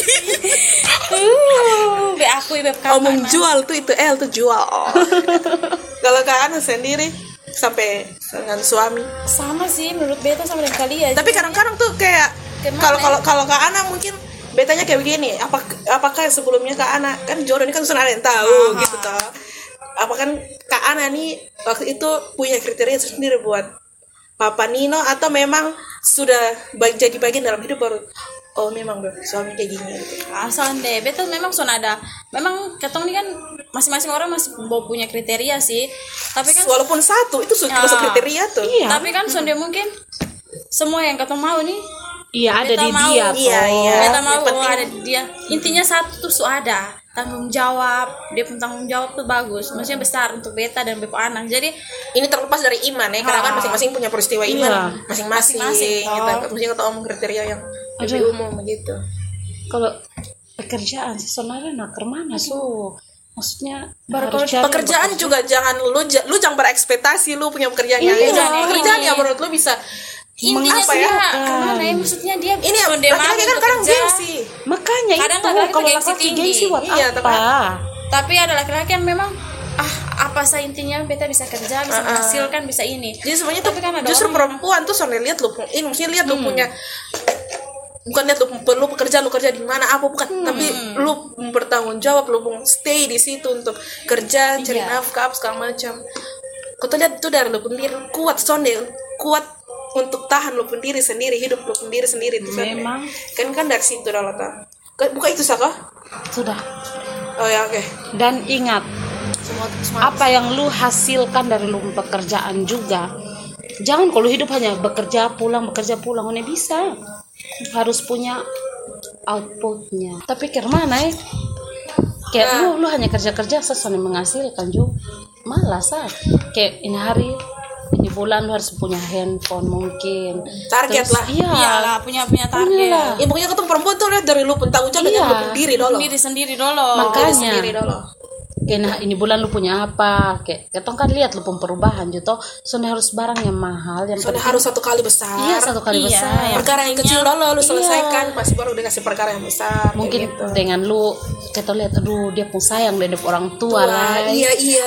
Speaker 3: Uh, be aku ibe
Speaker 1: Kalau mau
Speaker 3: kamu
Speaker 1: jual tuh itu L tuh jual. Kalau ke Ana sendiri sampai dengan suami.
Speaker 3: sama sih menurut beta sama dengan kalian
Speaker 1: Tapi kadang-kadang tuh kayak
Speaker 3: Kenapa?
Speaker 1: kalau kalau
Speaker 3: ya?
Speaker 1: kalau ke Ana mungkin betanya kayak begini, apa apakah sebelumnya ke Ana kan jodoh ini kan sudah ada yang
Speaker 3: Ah,
Speaker 1: tahu gitu toh. Apa kan Kak Ana nih waktu itu punya kriteria sendiri buat Papa Nino atau memang sudah ba- jadi bagian dalam hidup baru oh memang dong suami kayak gini gitu.
Speaker 3: asal deh beta memang son ada memang ketong ini kan masing-masing orang masih mau punya kriteria sih tapi kan
Speaker 1: Walaupun satu itu sudah masuk
Speaker 3: Ah.
Speaker 1: kriteria tuh.
Speaker 2: iya
Speaker 3: tapi kan sonde mungkin semua yang ketong mau nih
Speaker 2: iya ada
Speaker 3: Beta
Speaker 2: di
Speaker 3: mau.
Speaker 2: dia
Speaker 1: Iya,
Speaker 2: toh.
Speaker 1: iya.
Speaker 3: beta
Speaker 1: yang
Speaker 3: mau
Speaker 1: penting.
Speaker 3: ada di dia intinya satu tuh su ada tanggung jawab dia pun tanggung jawab tuh bagus maksudnya besar untuk beta dan bepo anak jadi
Speaker 1: ini terlepas dari iman ya karena kan
Speaker 3: Ah.
Speaker 1: masing-masing punya peristiwa iman
Speaker 2: Iya.
Speaker 1: masing-masing
Speaker 3: Masing-masing,
Speaker 1: gitu
Speaker 3: toh.
Speaker 1: maksudnya kita omong kriteria yang lebih
Speaker 2: Aduh.
Speaker 1: umum gitu
Speaker 2: kalau pekerjaan sih sebenarnya nak kemana su maksudnya
Speaker 3: Baru
Speaker 2: harus
Speaker 3: kalau
Speaker 2: cari
Speaker 1: pekerjaan juga jangan lu ja- lu jangan berekspektasi lu punya pekerjaan yang
Speaker 3: Iya.
Speaker 1: jangan pekerjaan
Speaker 3: Iya.
Speaker 1: yang menurut lu bisa
Speaker 3: intinya
Speaker 1: apa
Speaker 3: sih
Speaker 1: ya
Speaker 3: ya? karena ya, maksudnya dia
Speaker 1: ini ya
Speaker 3: sonde mau
Speaker 1: laki-laki kan
Speaker 3: untuk
Speaker 1: kadang
Speaker 3: kerja.
Speaker 1: gengsi
Speaker 2: makanya
Speaker 3: Kadang
Speaker 2: itu
Speaker 3: laki-laki
Speaker 2: kalau
Speaker 3: gengsi
Speaker 2: laki
Speaker 3: tinggi.
Speaker 2: gengsi buat
Speaker 1: Iya,
Speaker 2: apa
Speaker 1: tapi-
Speaker 3: tapi ada laki-laki yang memang ah apa saya intinya beta bisa
Speaker 1: Eh,
Speaker 3: kerja bisa menghasilkan bisa ini
Speaker 1: jadi sebenarnya tuh
Speaker 3: Tapi kan ada
Speaker 1: justru
Speaker 3: orang-
Speaker 1: perempuan tuh soalnya lihat lu punya ini maksudnya lihat lu punya bukan lihat lu perlu pekerja lu kerja di mana apa bukan tapi lu bertanggung jawab lu pun stay di situ untuk kerja cari nafkah apa segala macam kau tuh lihat itu dari lu pun diri kuat sonde kuat untuk tahan lu pun diri sendiri hidup lu pun diri sendiri itu sonde.
Speaker 2: Memang.
Speaker 1: kan kan dari situ dah letak bukan itu saka
Speaker 2: sudah
Speaker 1: oh ya oke
Speaker 2: dan ingat
Speaker 1: semua semua
Speaker 2: apa yang lu hasilkan dari lu pekerjaan juga jangan kalau hidup hanya bekerja pulang bekerja pulang mana bisa harus punya outputnya tapi kayak mana ya kayak
Speaker 1: Nah.
Speaker 2: lu lu hanya kerja kerja sesuai menghasilkan juga malas ah kayak ini hari ini di bulan lu harus punya handphone mungkin
Speaker 1: Target lah.
Speaker 2: iya
Speaker 3: iyalah punya punya target
Speaker 2: Iyalah.
Speaker 1: Ya pokoknya ketemu perempuan tuh lihat dari lu tanggung jawab
Speaker 2: Iya.
Speaker 1: dengan lu sendiri dulu.
Speaker 3: sendiri sendiri dulu
Speaker 1: Diri
Speaker 2: makanya
Speaker 1: sendiri dulu.
Speaker 2: eh, nah, ini bulan lu punya apa kayak ketong kan lihat lu pun perubahan juto soalnya harus barang yang mahal yang
Speaker 1: Soalnya
Speaker 2: penting
Speaker 1: harus satu kali besar.
Speaker 2: iya satu kali
Speaker 3: Iya,
Speaker 2: besar
Speaker 3: yang
Speaker 1: perkara yang kecil dulu lu selesaikan pasti baru dikasih perkara yang besar. kayak
Speaker 2: mungkin
Speaker 1: gitu.
Speaker 2: dengan lu kita lihat aduh dia pun sayang dengan orang tua,
Speaker 1: Wah,
Speaker 2: lah
Speaker 1: iya iya.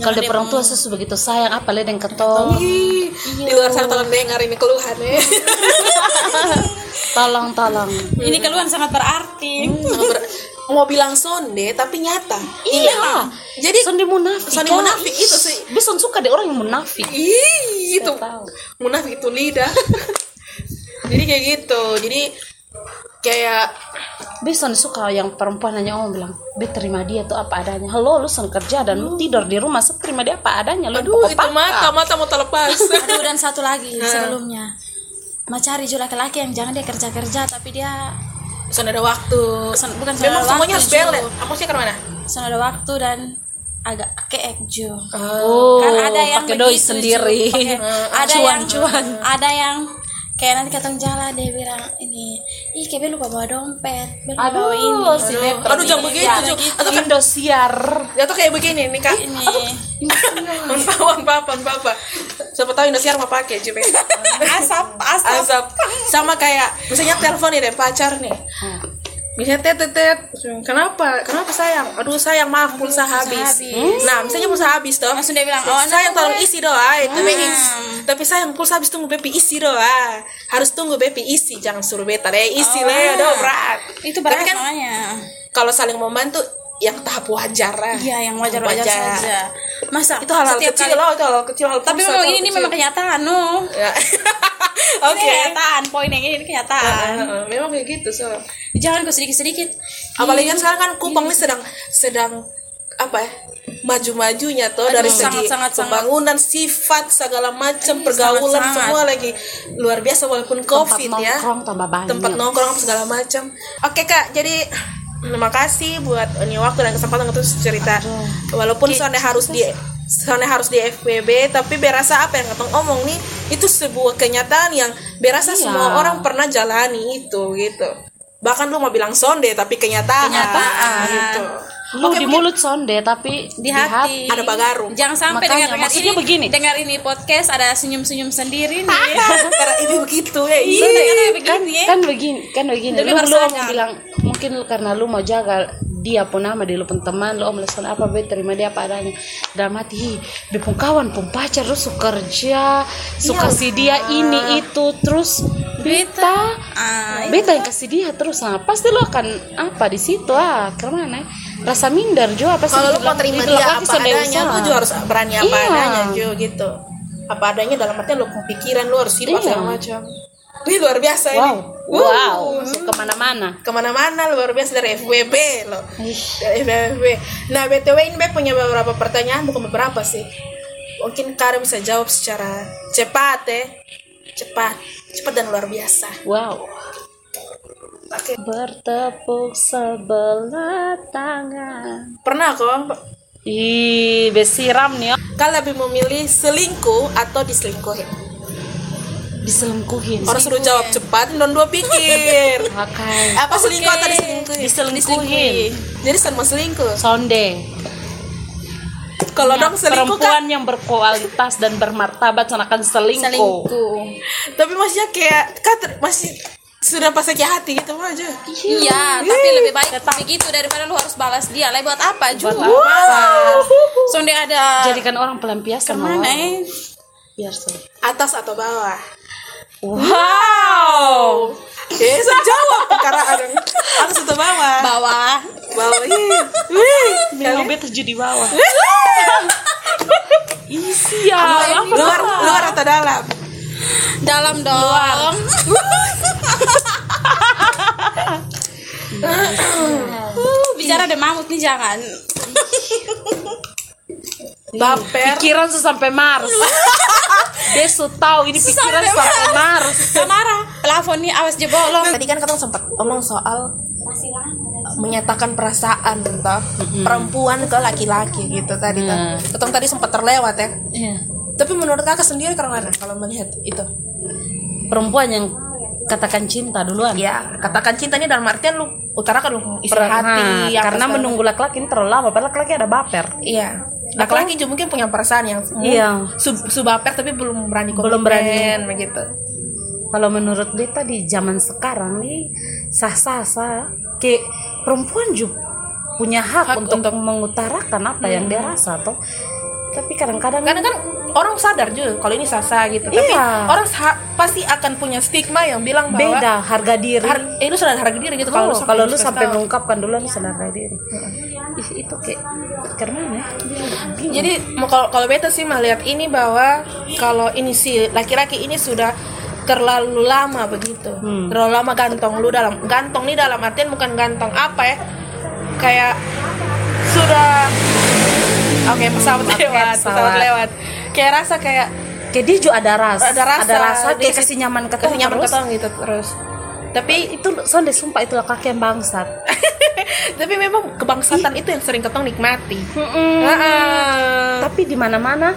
Speaker 2: kalau dia orang tua susu begitu sayang apa lihat yang
Speaker 1: Iya.
Speaker 2: ketong
Speaker 1: Ih, Di luar sana tolong dengar ini keluhan ya.
Speaker 2: tolong tolong
Speaker 3: ini keluhan sangat berarti
Speaker 1: Sama ber- mau bilang sonde tapi nyata.
Speaker 2: iya
Speaker 1: Jadi
Speaker 2: sondi munafik
Speaker 1: Sondi
Speaker 2: ya.
Speaker 1: munafik itu sih.
Speaker 2: Bisa suka deh orang yang munafik
Speaker 1: Ih, itu
Speaker 2: tahu.
Speaker 1: munafik itu lidah. Jadi kayak gitu. Jadi kayak
Speaker 2: Bisa suka yang perempuan hanya orang bilang Be terima dia tuh apa adanya Halo lu sen kerja dan lu tidur di rumah Saya terima dia apa adanya lu
Speaker 1: aduh itu
Speaker 2: pokok-pokok.
Speaker 1: mata mata mau terlepas.
Speaker 3: aduh dan satu lagi sebelumnya mau cari juga laki-laki yang jangan dia kerja kerja tapi dia
Speaker 1: Soalnya ada waktu.
Speaker 3: Son- bukan soal
Speaker 1: Memang semuanya harus
Speaker 3: waktu, Ju.
Speaker 1: balance. Kamu sih kemana?
Speaker 3: Soal ada waktu dan agak keek Ju.
Speaker 2: Oh,
Speaker 3: kan ada yang
Speaker 2: pakai doi
Speaker 3: begitu, Ju.
Speaker 2: sendiri
Speaker 3: Pakai- ada
Speaker 2: Cuan,
Speaker 3: yang cuan ada yang kayak nanti ketemu jalan dia bilang ini ih kayak Bel lupa bawa dompet Bel lupa
Speaker 2: Aduh,
Speaker 3: bawa ini
Speaker 2: sinetron
Speaker 1: Oh, Aduh jangan
Speaker 2: ini.
Speaker 1: begitu
Speaker 2: Ya,
Speaker 1: Jo. Atau kan
Speaker 2: Indosiar
Speaker 1: Ya tuh kayak begini nih kak.
Speaker 3: ini
Speaker 1: Mohon maaf, mohon maaf, mohon maaf. Siapa tahu Indosiar mau pakai cuma
Speaker 3: asap asap
Speaker 1: azab. Sama kayak misalnya telepon nih dari pacar nih. Misalnya tet tet tet. Kenapa? Kenapa sayang? Aduh sayang maaf pulsa habis.
Speaker 3: habis.
Speaker 1: Nah misalnya pulsa habis toh.
Speaker 3: langsung dia bilang oh
Speaker 1: Oh, sayang
Speaker 3: nanti
Speaker 1: tolong
Speaker 3: gue-
Speaker 1: isi doa tapi
Speaker 3: Hmm.
Speaker 1: tapi sayang pulsa habis tunggu bepi isi doa harus tunggu bepi isi jangan suruh beta deh isi
Speaker 3: Oh.
Speaker 1: lah udah berat
Speaker 3: itu
Speaker 1: Tapi
Speaker 3: berat
Speaker 1: kan
Speaker 3: namanya
Speaker 1: kalau saling membantu yang tahap wajar lah
Speaker 3: iya yang wajar wajar saja masa
Speaker 1: itu hal-hal
Speaker 3: setiap
Speaker 1: kecil
Speaker 3: kali-
Speaker 1: loh itu hal-hal kecil hal
Speaker 3: tapi memang ini, ini memang kenyataan no
Speaker 1: Ya.
Speaker 3: Ini
Speaker 1: Oke.
Speaker 3: kenyataan, poin yang ini kenyataan.
Speaker 1: Heeh, Memang kayak gitu so.
Speaker 3: Jangan kau sedikit-sedikit.
Speaker 1: Apalagi kan sekarang kan Kupang ini sedang sedang apa ya? maju-majunya tuh dari
Speaker 3: sangat,
Speaker 1: segi
Speaker 3: sangat, sangat.
Speaker 1: pembangunan sifat segala macam pergaulan
Speaker 3: sangat.
Speaker 1: semua lagi luar biasa walaupun
Speaker 2: Tempat
Speaker 1: covid ya
Speaker 2: nongkrong tambah banyak
Speaker 1: tempat nongkrong segala macam oke kak jadi terima kasih buat ini waktu dan kesempatan untuk cerita walaupun soalnya harus di soalnya harus di FBB tapi berasa apa yang ketong omong nih itu sebuah kenyataan yang berasa
Speaker 2: Iya.
Speaker 1: semua orang pernah jalani itu gitu bahkan lu mau bilang sonde tapi kenyataan,
Speaker 3: Kenyataan.
Speaker 1: gitu
Speaker 2: Lu di mulut sonde tapi
Speaker 3: Di hati.
Speaker 2: Iya.
Speaker 1: ada bagaru
Speaker 3: Jangan sampai
Speaker 2: Makanya,
Speaker 3: dengar dengar
Speaker 2: maksudnya
Speaker 3: ini
Speaker 2: begini.
Speaker 3: dengar ini podcast ada senyum-senyum sendiri nih.
Speaker 1: karena ini begitu ya
Speaker 3: Iya,
Speaker 1: iya
Speaker 3: dengar
Speaker 2: kan
Speaker 3: begini.
Speaker 2: kan begini kan begini
Speaker 3: Demi
Speaker 2: lu lu
Speaker 3: bersaudara.
Speaker 2: mau bilang mungkin lu karena lu mau jaga dia pun nama dia lu pun teman lu om lesson apa be terima dia apa adanya dalam hati "Ih, be pun kawan pun pacar lu suka kerja suka
Speaker 1: Ya
Speaker 2: kasih dia ini itu terus beta
Speaker 3: Ah,
Speaker 1: iya.
Speaker 2: beta yang kasih dia terus nah pasti lu akan apa di situ ah kemana rasa minder juga pasti
Speaker 1: kalau lu
Speaker 2: dibilang-
Speaker 1: mau terima
Speaker 2: dibilang,
Speaker 1: dia
Speaker 2: "Ah,
Speaker 1: apa
Speaker 2: sudah
Speaker 1: adanya
Speaker 2: usaha."
Speaker 1: lu juga harus berani apa
Speaker 2: Iya.
Speaker 1: adanya Ju, gitu apa adanya dalam artian lu pikiran lu harus hidup
Speaker 2: Iya.
Speaker 1: segala macam ini luar biasa
Speaker 2: wow
Speaker 1: ini
Speaker 2: wow langsung kemana-mana
Speaker 1: kemana-mana luar biasa dari FWB lo
Speaker 2: Ih.
Speaker 1: dari FWB nah btw ini Beb punya beberapa pertanyaan bukan beberapa sih mungkin Karim bisa jawab secara cepat ya cepat cepat dan luar biasa
Speaker 2: wow
Speaker 1: oke
Speaker 2: bertepuk sebelah tangan
Speaker 1: pernah kok
Speaker 2: Ih, besiram nih. oh.
Speaker 1: kalian lebih memilih selingkuh atau diselingkuhin
Speaker 2: Diselingkuhin.
Speaker 1: orang suruh jawab cepat dan dua pikir
Speaker 2: Pakai
Speaker 1: apa selingkuh atau diselingkuhin?
Speaker 2: Diselingkuhin.
Speaker 1: jadi sama selingkuh
Speaker 2: sonde.
Speaker 1: kalau dong selingkuh kan
Speaker 2: Nah, Perempuan yang berkualitas dan bermartabat akan selingkuh.
Speaker 3: selingkuh.
Speaker 1: tapi maksudnya kayak kan ter- masih sudah pas sakit hati gitu aja
Speaker 3: Iya, tapi lebih baik begitu daripada lu harus balas dia. Lah buat apa juga?
Speaker 2: Buat apa?
Speaker 3: Sonde ada
Speaker 2: Jadikan orang pelampiasan.
Speaker 3: kemana?
Speaker 2: Mawar.
Speaker 3: eh?
Speaker 2: Biar selingkuh.
Speaker 1: Oh. atas atau bawah
Speaker 2: Wow.
Speaker 1: ya saya jawab karena ada atas atau bawah
Speaker 3: Bawah.
Speaker 1: bawah iya Wih.
Speaker 2: Memang beta jadi bawah. Isi ya. Apa
Speaker 1: luar luar atau dalam
Speaker 3: Dalam dong. Uh, bicara ada mamut nih jangan.
Speaker 1: baper
Speaker 2: Iya. Pikiran sesampai Mars. Besok tahu ini pikiran
Speaker 3: Sampai
Speaker 2: sampai Mars.
Speaker 3: Samara, plafon nih awas jebol lo.
Speaker 1: tadi kan katong sempat ngomong soal menyatakan perasaan tentang perempuan ke laki-laki gitu tadi tuh. Ketong tadi sempat terlewat ya
Speaker 2: Iya.
Speaker 1: Tapi menurut kakak sendiri karena kalau melihat itu?
Speaker 2: perempuan yang katakan cinta duluan
Speaker 1: Ya, katakan cintanya dalam artian lu utarakan lu isi
Speaker 2: Nah,
Speaker 1: hati. apa
Speaker 2: karena
Speaker 1: segala-
Speaker 2: menunggu laki-laki ini terlalu lama padahal laki-laki ada baper
Speaker 1: Iya. Laki-laki juga mungkin punya perasaan yang
Speaker 2: Iya.
Speaker 1: sub subaper tapi belum berani
Speaker 2: Belum berani.
Speaker 1: komitmen, begitu.
Speaker 2: kalau menurut beta di zaman sekarang nih sah sah sah kayak perempuan juga punya hak,
Speaker 1: Hak
Speaker 2: untuk,
Speaker 1: untuk- Iya.
Speaker 2: mengutarakan apa yang dia rasa toh tapi kadang-kadang
Speaker 1: Karena kan orang sadar juga kalau ini sasa gitu, tapi
Speaker 2: Iya.
Speaker 1: orang sa- pasti akan punya stigma yang bilang bahwa
Speaker 2: beda harga diri
Speaker 1: har- eh, lu sadar harga diri gitu
Speaker 2: kalau
Speaker 1: sampai
Speaker 2: Oh, kalau lu
Speaker 1: harus
Speaker 2: sampai
Speaker 1: kasih tahu.
Speaker 2: mengungkapkan duluan sadar harga diri Ih, itu kayak karena ya bingung.
Speaker 1: Jadi mau- kalau kalau beta sih melihat ini bahwa kalau ini si laki-laki ini sudah terlalu lama begitu.
Speaker 2: Hmm.
Speaker 1: Terlalu lama gantong lu dalam gantong nih dalam artian bukan gantong apa ya? Kayak sudah Oke, pesawat lewat, pesawat
Speaker 2: pesawat.
Speaker 1: lewat. Kayak rasa kayak
Speaker 2: kayak dia juga ada rasa
Speaker 1: ada rasa,
Speaker 2: kayak
Speaker 1: dia
Speaker 2: kasih nyaman ke
Speaker 1: kasih nyaman ke
Speaker 2: terus.
Speaker 1: tong gitu terus. Tapi
Speaker 2: itu soalnya sumpah itu laki-laki yang bangsat
Speaker 1: tapi memang kebangsatan itu yang sering ketong nikmati. Nah, Heeh.
Speaker 2: tapi di mana-mana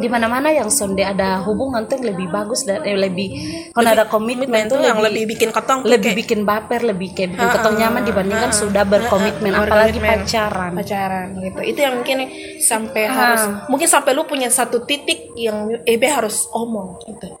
Speaker 2: di mana-mana yang sonde ada hubungan tuh yang lebih bagus dan eh, lebih kalau ada komitmen
Speaker 1: Itu
Speaker 2: tuh
Speaker 1: yang lebih bikin ketong tuh
Speaker 2: lebih
Speaker 1: kayak-
Speaker 2: bikin baper lebih kayak bikin
Speaker 1: Ah,
Speaker 2: ketong
Speaker 1: ah,
Speaker 2: nyaman dibandingkan sudah berkomitmen
Speaker 1: Ah, ah,
Speaker 2: apalagi
Speaker 1: berkomitmen.
Speaker 2: pacaran
Speaker 1: pacaran gitu itu yang mungkin sampai
Speaker 2: Ah.
Speaker 1: harus mungkin sampai lu punya satu titik yang ebe harus omong gitu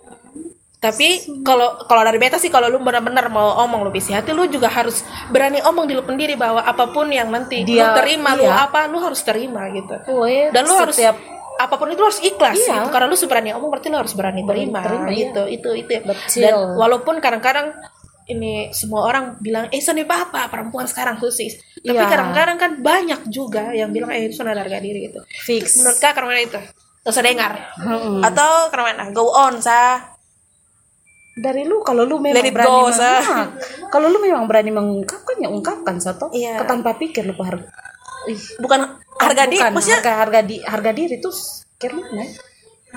Speaker 1: tapi kalau kalau dari beta sih kalau lu benar-benar mau omong lu isi hati lu juga harus berani omong di lu sendiri bahwa apapun yang nanti
Speaker 2: Dia-
Speaker 1: lu terima lu
Speaker 2: iya.
Speaker 1: apa lu harus terima gitu
Speaker 2: Weh,
Speaker 1: dan lu harus
Speaker 2: setiap
Speaker 1: apapun itu lu harus ikhlas gitu.
Speaker 2: Iya.
Speaker 1: karena lu berani omong berarti lu harus berani
Speaker 2: Berani
Speaker 1: terima,
Speaker 2: terima, iya.
Speaker 1: gitu itu itu ya.
Speaker 2: Betul.
Speaker 1: dan walaupun kadang-kadang ini semua orang bilang eh sana apa perempuan sekarang khusus tapi
Speaker 2: Iya.
Speaker 1: kadang-kadang kan banyak juga yang bilang eh sana harga diri gitu
Speaker 2: fix
Speaker 1: menurut kak karena itu terus dengar
Speaker 2: Mm-mm.
Speaker 1: atau karena go on sa
Speaker 2: dari lu kalau lu memang
Speaker 1: Let it
Speaker 2: berani
Speaker 1: go,
Speaker 2: meng-
Speaker 1: Sa.
Speaker 2: Nah, kalau lu memang berani mengungkapkan ya ungkapkan satu
Speaker 1: Iya.
Speaker 2: tanpa pikir lu harga ih
Speaker 1: bukan harga diri
Speaker 2: bukan,
Speaker 1: maksudnya
Speaker 2: harga harga di harga diri tuh karena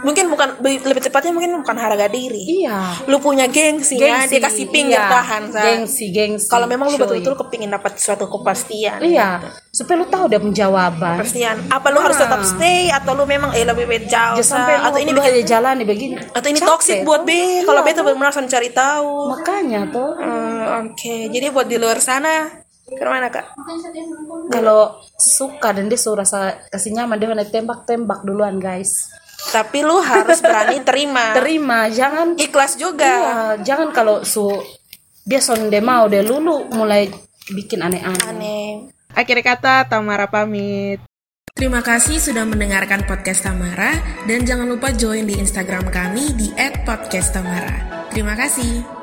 Speaker 1: mungkin bukan lebih tepatnya mungkin bukan harga diri
Speaker 2: iya
Speaker 1: lu punya gengsi, ya dia kasih pinggir
Speaker 2: iya.
Speaker 1: tahan sa
Speaker 2: gengsi gengsi
Speaker 1: kalau memang lu
Speaker 2: cuy.
Speaker 1: betul-betul kepingin dapat suatu kepastian
Speaker 2: iya supaya lu tahu dia penjawaban
Speaker 1: kepastian apa lu harus tetap stay atau lu memang eh lebih baik jauh
Speaker 2: Jangan sampai
Speaker 1: Sa?
Speaker 2: lu,
Speaker 1: atau ini
Speaker 2: lu
Speaker 1: bikin-
Speaker 2: aja jalan nih begini
Speaker 1: atau ini
Speaker 2: Capek,
Speaker 1: toxic buat
Speaker 2: tuh.
Speaker 1: B kalau
Speaker 2: Iya,
Speaker 1: B tuh benar-benar langsung cari tahu
Speaker 2: makanya tuh
Speaker 1: Hmm, oke jadi buat di luar sana ke mana kak
Speaker 2: kalau suka dan dia suruh rasa kasih nyaman dia mana tembak tembak duluan guys
Speaker 1: tapi lu harus berani terima
Speaker 2: terima jangan
Speaker 1: ikhlas juga
Speaker 2: iya, jangan kalau su dia sonde mau deh lulu mulai bikin aneh-aneh
Speaker 1: aneh akhir kata Tamara pamit Terima kasih sudah mendengarkan podcast Tamara dan jangan lupa join di Instagram kami di @podcasttamara. Terima kasih.